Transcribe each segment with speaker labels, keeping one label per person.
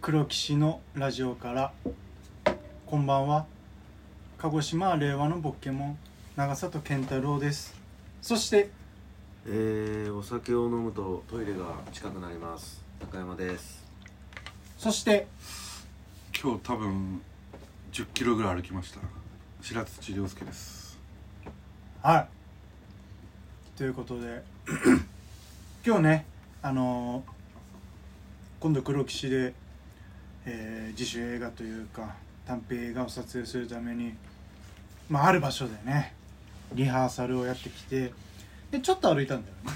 Speaker 1: 黒騎士のラジオからこんばんは鹿児島令和のポケモン長里健太郎ですそして
Speaker 2: えー、お酒を飲むとトイレが近くなります高山です
Speaker 1: そして
Speaker 3: 今日多分1 0キロぐらい歩きました白土亮介です
Speaker 1: はいということで 今日ねあのー今度黒騎士で、えー自主映画というか短編映画を撮影するために、まあ、ある場所でねリハーサルをやってきてでちょっと歩いたんだよね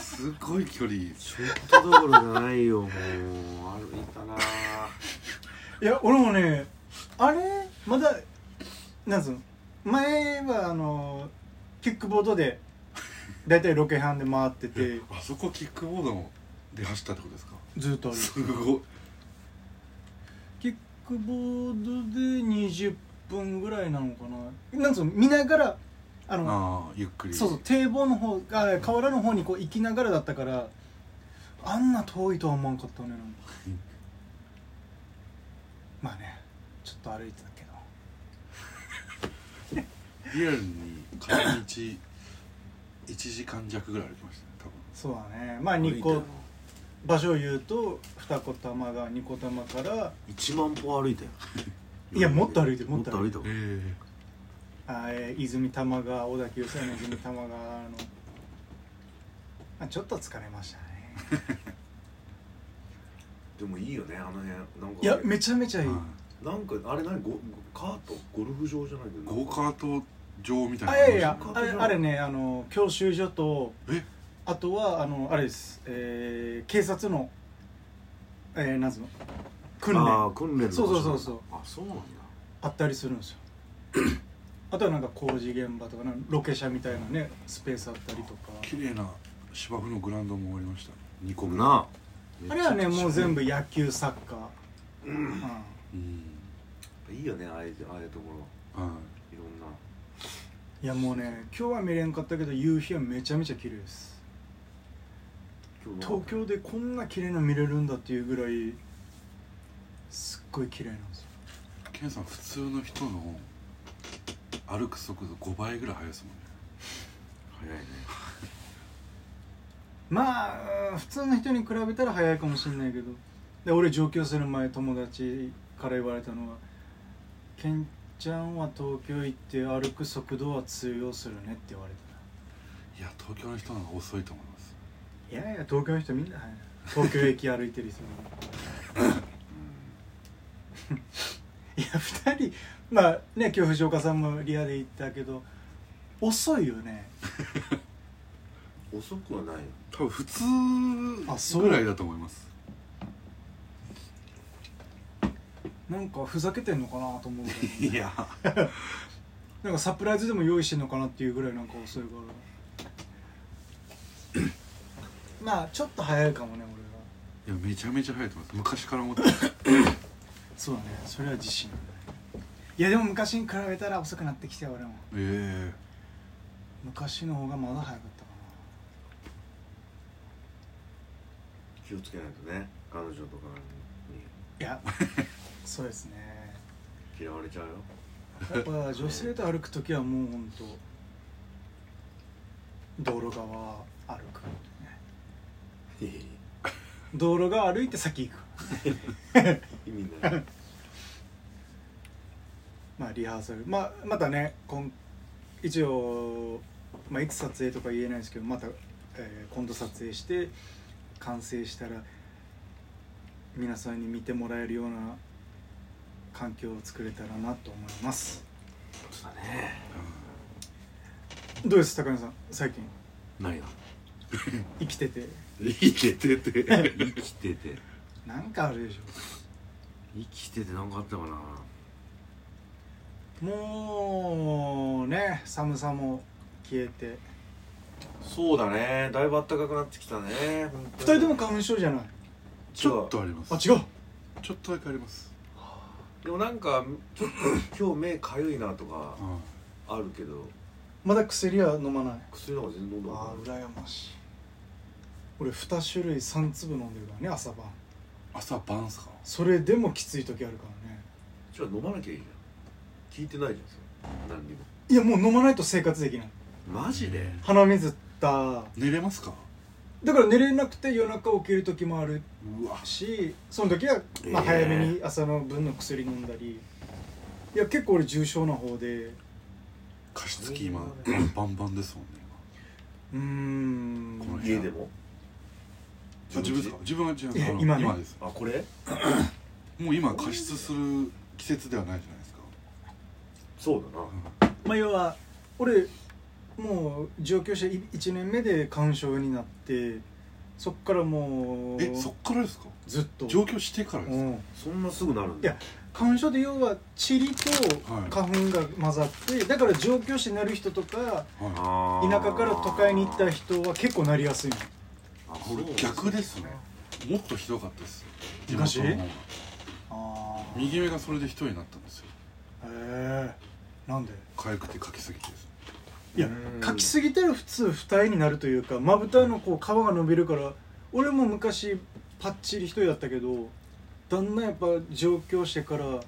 Speaker 3: すごい距離
Speaker 2: ちょっとどころじゃないよもう歩いたなぁ
Speaker 1: いや俺もねあれまだなんつうの前はあのキックボードで大体ロケハンで回ってて
Speaker 3: あそこキックボードで走ったってことですか
Speaker 1: ずっと歩いて
Speaker 3: すごい
Speaker 1: キックボードで20分ぐらいなのかななんつうの見ながらあの
Speaker 3: ああゆっくり
Speaker 1: そうそう堤防の方が河原の方にこう行きながらだったからあんな遠いとは思わんかったねなんか
Speaker 3: うん
Speaker 1: まあねちょっと歩いてたけど
Speaker 3: リアルに片道1時間弱ぐらい歩きましたね多分
Speaker 1: そうだねまあ日
Speaker 2: 歩
Speaker 1: 光
Speaker 2: いたよ
Speaker 1: 場所を言うと二子玉川二子玉から
Speaker 2: 1万歩歩いたよ
Speaker 1: いやもっと歩いてるも
Speaker 2: も
Speaker 1: っと
Speaker 2: っと
Speaker 1: 歩
Speaker 2: 歩
Speaker 1: い
Speaker 2: い
Speaker 1: て
Speaker 2: たわ
Speaker 3: え
Speaker 1: あえー泉玉川小田急線の泉玉川の、まあ、ちょっと疲れましたね
Speaker 2: でもいいよねあの辺なんか
Speaker 1: いやめちゃめちゃ
Speaker 3: え
Speaker 1: いい、
Speaker 2: なんかあれ何ゴゴカートゴルフ場じゃないけど
Speaker 3: ゴーカート場みたいな
Speaker 1: あいやいや
Speaker 2: そう
Speaker 1: あれあれねあの教習所と
Speaker 3: え
Speaker 1: あとはあのあれです、えー警察のえー、なんつうの訓練
Speaker 2: あ
Speaker 1: あ
Speaker 2: ー訓練の場
Speaker 1: そう
Speaker 2: 所
Speaker 1: そうそうそう
Speaker 2: あそうなんだ
Speaker 1: ったりするんですよあとはなんか工事現場とかなんかロケ車みたいなねスペースあったりとか
Speaker 3: 綺麗な芝生のグラウンドも終わりました2個
Speaker 2: こん
Speaker 3: ぐらい
Speaker 2: な
Speaker 1: あれはねもう全
Speaker 2: 部
Speaker 1: 部野球サッカー、うん
Speaker 3: うん
Speaker 2: いいよねああいうああいうところ
Speaker 3: はい
Speaker 2: ろんない
Speaker 1: やもうね今日は見れんかったけど夕日はめちゃめちゃ綺麗です
Speaker 2: 今日は
Speaker 1: 東京でこんな綺麗な見れるんだっていうぐらいすっごい綺麗なんですよ
Speaker 3: いケンさん普通の人の歩く速度5倍ぐらい速いですもんね
Speaker 2: 早いね
Speaker 1: まあ普通の人に比べたら早いかもしれないけどで俺上京する前友達から言われたのは「ケンちゃんは東京行って歩く速度は通用するね」って言われ
Speaker 3: いや東京の人の方が遅いと思います
Speaker 1: たないやいや東京の人みんな早い東京駅歩いてる人いや2人まあね今日藤岡さんもリアで言ったけど遅いよね
Speaker 2: うん遅くはないよ
Speaker 3: 多分普
Speaker 1: あそ
Speaker 3: 通
Speaker 1: う
Speaker 3: ぐらいだと思います
Speaker 1: なんかふざけてんのかなと思うぐら い
Speaker 3: いや
Speaker 1: なんかサプライズでも用意してんのかなっていうぐらいなんか遅い からまあちょっと早いかもね俺はい
Speaker 3: やめちゃめちゃ速いと思います昔から思って ます
Speaker 1: そうだねそれは自信いやでも昔に比べたら遅くなってきたよ俺も
Speaker 3: え
Speaker 1: 昔の方がまだ早かったか
Speaker 2: 気をつけないとね彼女とかに
Speaker 1: ないやそうですね
Speaker 2: 嫌われちゃうよ
Speaker 1: やっぱ女性と歩く時はもうほんと道路側歩く、ね、道路側歩いて先行く
Speaker 2: 意味ない
Speaker 1: まあリハーサル、まあ、またね今一応、まあ、いつ撮影とか言えないですけどまた、えー今度撮影して完成したら皆さんに見てもらえるような環境を作れたらなと思います
Speaker 2: そうだね
Speaker 1: どうです高野さん最近
Speaker 2: 何が
Speaker 1: 生きてて
Speaker 2: 生きてて生きてて
Speaker 1: なんかあるでし
Speaker 2: 生きてて何かあったかな
Speaker 1: ょもうね寒さも消えて
Speaker 2: そうだねだいぶ暖かくなってきたね
Speaker 1: 2人とも花粉症じゃない
Speaker 3: ちょっとあります
Speaker 1: あ違う
Speaker 3: ちょっとだけあります
Speaker 2: でもなんかちょっと今日目かゆいなとか
Speaker 3: は
Speaker 2: あるけど
Speaker 1: まだ薬は飲まない
Speaker 2: 薬なんか全然飲んだ
Speaker 1: あ
Speaker 2: こと
Speaker 1: ー
Speaker 2: ない
Speaker 1: 羨ましい俺2種類3粒飲んでるからね朝晩
Speaker 3: 朝晩っすか
Speaker 1: それでもきつい時あるからね
Speaker 2: じゃあ飲まなきゃいいじゃん聞いてないじゃんそれ何にも
Speaker 1: いやもう飲まないと生活できない
Speaker 2: マジで
Speaker 1: 鼻水った
Speaker 3: 寝れますか
Speaker 1: だから寝れなくて夜中起きる時もある
Speaker 3: うわ
Speaker 1: しその時はまあ
Speaker 2: えー
Speaker 1: 早めに朝の分の薬飲んだり、いや結構俺重症な方で
Speaker 3: 加湿器今
Speaker 2: それは
Speaker 3: バンバンですもんね
Speaker 1: うーん
Speaker 3: この
Speaker 2: 家でも
Speaker 3: 今あ自分ですか自分は違う
Speaker 1: いや
Speaker 3: あの
Speaker 1: 今ね
Speaker 3: です
Speaker 2: あこれ
Speaker 3: もう今加湿する季節ではないじゃないですか、
Speaker 2: そうだな
Speaker 1: まあ要は俺もう上京してい1年目で花粉症になってそっからもう
Speaker 3: えそっからですか
Speaker 1: ずっと
Speaker 3: 上京してからです
Speaker 1: う
Speaker 3: か、
Speaker 1: ん
Speaker 2: そんなすぐなるん
Speaker 1: い
Speaker 2: だ
Speaker 1: や花粉症で要は塵と
Speaker 3: はい
Speaker 1: 花粉が混ざって、だから上京してなる人とか
Speaker 3: はい
Speaker 2: あ
Speaker 1: 田
Speaker 2: ー
Speaker 1: 舎から都会に行った人は結構なりやすいの
Speaker 2: あ
Speaker 3: これ逆ですねもっとひどかったです
Speaker 1: 昔
Speaker 3: 地元の方が
Speaker 1: ああへ
Speaker 3: 右目がそれで一重になったんですよ
Speaker 1: えなんで
Speaker 3: かゆくてかきすぎてです
Speaker 1: いや
Speaker 2: うん
Speaker 1: かきすぎたら普通二重になるというかまぶたのこう皮が伸びるから俺も昔パッチリ一重だったけどだんだんやっぱ上京してから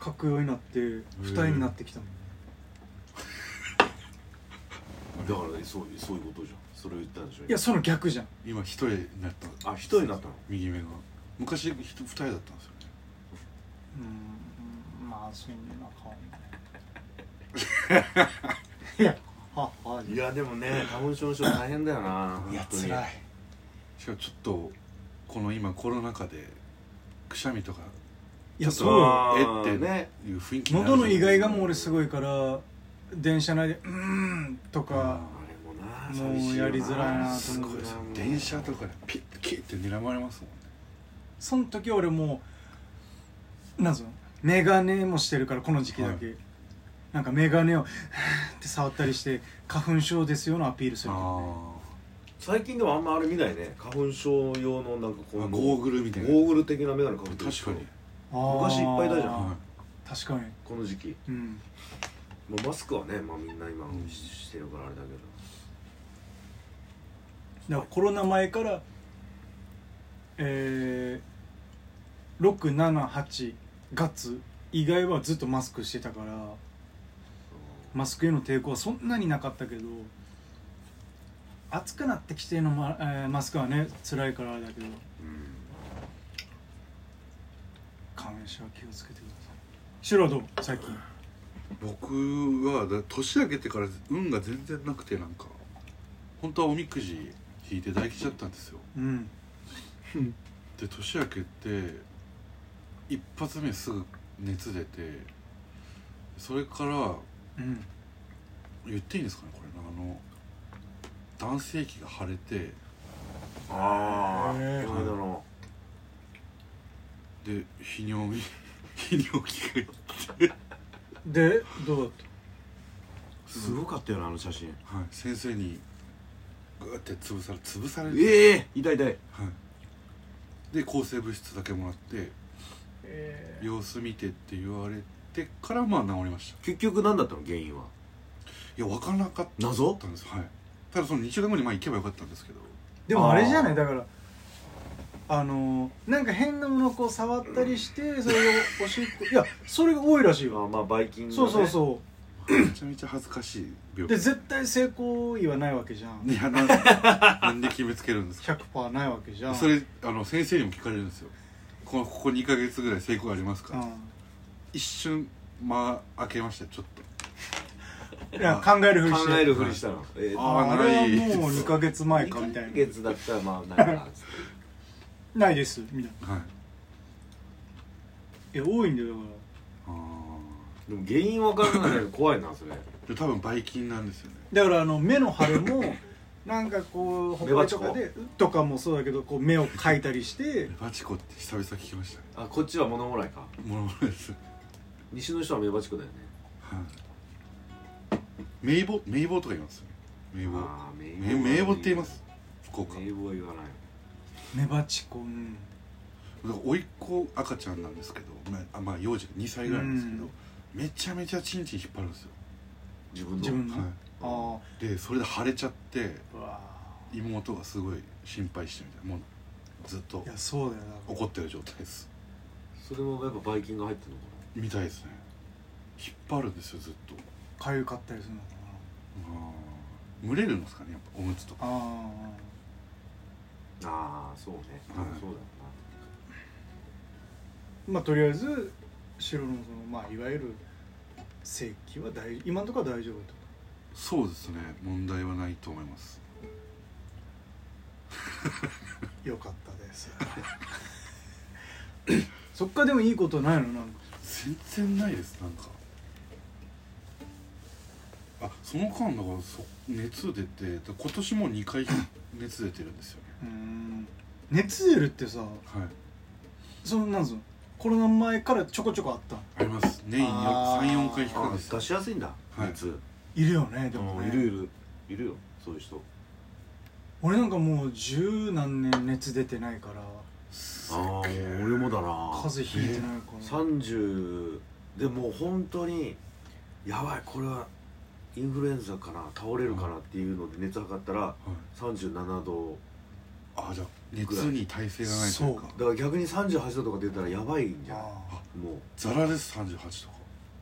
Speaker 1: かくようになって二重になってきたもん
Speaker 2: だからそうそういうことじゃんそれを言ったんでしょ
Speaker 1: いやその逆じゃん
Speaker 3: 今一重になった
Speaker 2: あ一重になったの
Speaker 3: 右目が昔ひと二重だったんですよね
Speaker 1: うんまあそんな顔 いやははい
Speaker 2: やでもね花粉症の人大変だよない
Speaker 1: や
Speaker 2: 本当に
Speaker 1: つらい
Speaker 3: しかもちょっとこの今コロナ禍でくしゃみとか
Speaker 1: いや
Speaker 3: ち
Speaker 1: そう
Speaker 3: ょっと
Speaker 1: よ
Speaker 2: あー
Speaker 3: えって
Speaker 2: ね
Speaker 3: いう雰囲気になる
Speaker 1: 喉の意外がもう俺す
Speaker 3: い
Speaker 1: ごいから電車内で「うーん」とか
Speaker 2: あれもな
Speaker 1: もう
Speaker 2: 寂しいよ
Speaker 1: やりづらいなと
Speaker 3: す
Speaker 1: 思
Speaker 3: ご
Speaker 1: う
Speaker 3: いですよ電車とかでピッキッて睨まれますもんね
Speaker 1: その時俺もうなんぞメガネもしてるからこの時期だけ、なんかメガネをって触ったりして花粉症ですよのアピールするからね
Speaker 2: 最近でもあんまあれ見ないね花粉症用のなんかこ
Speaker 3: あ
Speaker 2: う
Speaker 3: ーゴーグルみたいな
Speaker 2: ゴーグル的なメガネかぶってる
Speaker 3: 確かに
Speaker 1: あー
Speaker 2: 昔いっぱいいたじゃん
Speaker 3: は
Speaker 1: 確かに
Speaker 2: この時期
Speaker 1: うん
Speaker 2: まあマスクはねまあみんな今
Speaker 3: うん
Speaker 2: ししてるからあれだけど
Speaker 1: だからコロナ前からえー、678月以外はずっとマスクしてたからマスクへの抵抗はそんなになかったけど暑くなってきてのマ,、えーマスクはね辛いからあれだけど
Speaker 2: うん
Speaker 1: 感謝は気をつけてくださいシロはどう最近
Speaker 3: 僕はだ年明けてから運が全然なくてなんか本当はおみくじ引いて大吉だったんですよ
Speaker 1: うん
Speaker 3: で年明けて一発目すぐ熱出てそれから
Speaker 1: うん
Speaker 3: 言っていいんですかねこれあの男性器が腫れて
Speaker 2: ああ
Speaker 1: へー
Speaker 2: この間の
Speaker 3: で泌尿に 泌尿器が
Speaker 1: でどうだっ
Speaker 2: すごかったよなあの写真
Speaker 3: はい、先生にグーって潰され潰されて、
Speaker 2: ええ痛い痛い
Speaker 3: はい、で抗生物質だけもらって
Speaker 1: たえ
Speaker 3: 様子見てって言われてからまあ治りました
Speaker 2: 結局何だったの原因はい
Speaker 3: や分からなかった
Speaker 2: 謎
Speaker 3: んですはいただその2週間後にまあ行けばよかったんですけど
Speaker 1: でもあれじゃな
Speaker 2: あ
Speaker 1: い
Speaker 2: ー
Speaker 1: だからあのーなんか変なものをこう触ったりしてそれをおしっこいやそれが多いらしい
Speaker 2: ま
Speaker 1: よ
Speaker 2: あまあバイキング
Speaker 1: そうそう
Speaker 2: う
Speaker 1: そ
Speaker 3: めちゃめちゃ恥ずかしい病
Speaker 1: う
Speaker 3: 気
Speaker 1: で絶対成功意はないわけじゃん
Speaker 3: い やなんなんで決めつけるんですか
Speaker 1: 100%ないわけじゃん
Speaker 3: それあの先生にも聞かれるんですよこのここ2か月ぐらい成功ありますか、
Speaker 1: う
Speaker 3: 一瞬間開けましたよちょっと
Speaker 1: んいや考えるふりして
Speaker 2: 考えるふりしたのええ
Speaker 1: あああ
Speaker 3: な
Speaker 1: れはいもう2ヶ月前かみたいな
Speaker 2: 2ヶ月だったらまあないなっつって
Speaker 1: ないですみたいな
Speaker 3: はい
Speaker 1: え多いんだよだか
Speaker 3: あ
Speaker 2: でも原因わからないけど怖いなそれ
Speaker 3: ーで多分ばい菌なんですよね
Speaker 1: らだからあの目の腫れもなんかこうほっぱりとか
Speaker 2: メ
Speaker 1: でとかもそうだけどこう目をかいたりして
Speaker 3: メバチコって久々聞きましたね
Speaker 2: あこっちは物もらいか
Speaker 3: ものです
Speaker 2: 西の人はメバチコだよね
Speaker 3: はい名簿名簿とか言いますよね名簿
Speaker 2: ああ
Speaker 3: 名名簿って言います福岡だ
Speaker 2: 名簿は言わない
Speaker 1: メバチコン
Speaker 3: から甥っ子赤ちゃんなんですけどまああまあ幼児2歳ぐらいなんですけど、
Speaker 1: うん
Speaker 3: めちゃめちゃチンチン引っ張るんですよ、
Speaker 2: 自分の
Speaker 1: 自分の、
Speaker 3: は
Speaker 1: あ
Speaker 3: い、でそれで腫れちゃって
Speaker 1: あうわ
Speaker 3: 妹がすごい心配してみたいなもうずっと
Speaker 1: いやそうだよな
Speaker 3: 怒ってる状態です
Speaker 2: それもやっぱバイキンが入ってるのか
Speaker 3: みたいですね引っ張るんですよずっと
Speaker 1: かゆかったりするのか
Speaker 3: うん蒸れるんですかねやっぱおむつとか
Speaker 1: なあ
Speaker 2: なああそうね、
Speaker 3: はい
Speaker 2: そうだよ
Speaker 1: ーまあとりあえず白のそのまあいわゆる正規は大今のところは大丈夫ってこ
Speaker 3: そうですね問題はないと思います
Speaker 1: とよかったです そっからでもいいことないのなんか
Speaker 3: 全然ないですなんかあその間だからそ熱出てだ今年もう2回熱出てるんですよね
Speaker 1: うーん熱出るってさ
Speaker 3: はい
Speaker 1: そのなんぞコロナ前からちょこちょこあったの
Speaker 3: あります年
Speaker 1: あー
Speaker 3: 34回引
Speaker 2: な
Speaker 3: くんです
Speaker 2: あ出
Speaker 3: よ
Speaker 2: しやすいんだ
Speaker 3: はい
Speaker 2: 熱、
Speaker 1: いるよねで
Speaker 2: で
Speaker 1: も
Speaker 2: も
Speaker 1: ね
Speaker 2: いるいるいるよそういう人
Speaker 1: 俺なんかもう十何年熱出てないから
Speaker 3: す
Speaker 2: あ
Speaker 3: っ
Speaker 2: あ
Speaker 3: げ
Speaker 2: もう
Speaker 3: え
Speaker 2: 俺もだな
Speaker 1: 風邪ひいてないから、
Speaker 2: 30でもう本当にやばいこれはインフルエンザかな倒れるかなっていうので熱測ったら
Speaker 3: はい
Speaker 2: 37度
Speaker 3: あじゃあ熱に耐性がないというか
Speaker 1: そ
Speaker 2: だから逆に38度とか出たらやばいんじゃない
Speaker 1: ああ
Speaker 2: もう
Speaker 3: ザラです38とか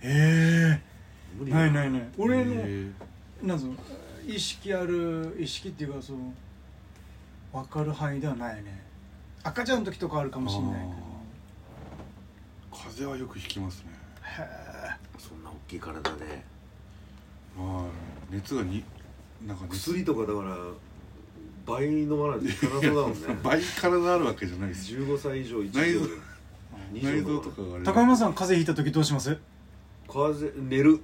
Speaker 1: え
Speaker 2: 無
Speaker 1: え
Speaker 2: 理
Speaker 1: ないない
Speaker 2: い
Speaker 1: ない俺の、
Speaker 3: え
Speaker 1: なんぞ意識ある意識っていうかその分かる範囲ではないね赤ちゃんの時とかあるかもしれない
Speaker 3: ー風邪はよく引きますね
Speaker 1: けどへえ
Speaker 2: そんな大きい体で
Speaker 3: はい熱がになんか熱
Speaker 2: 薬とかだから倍飲まないといかなそうだ もんね
Speaker 3: 倍体あるわけじゃないですよ
Speaker 2: 15歳以上1
Speaker 3: 内臓
Speaker 2: 秒で
Speaker 3: 内臓とかがあれ
Speaker 1: 高山さん風邪ひいた時どうします
Speaker 2: 風邪寝る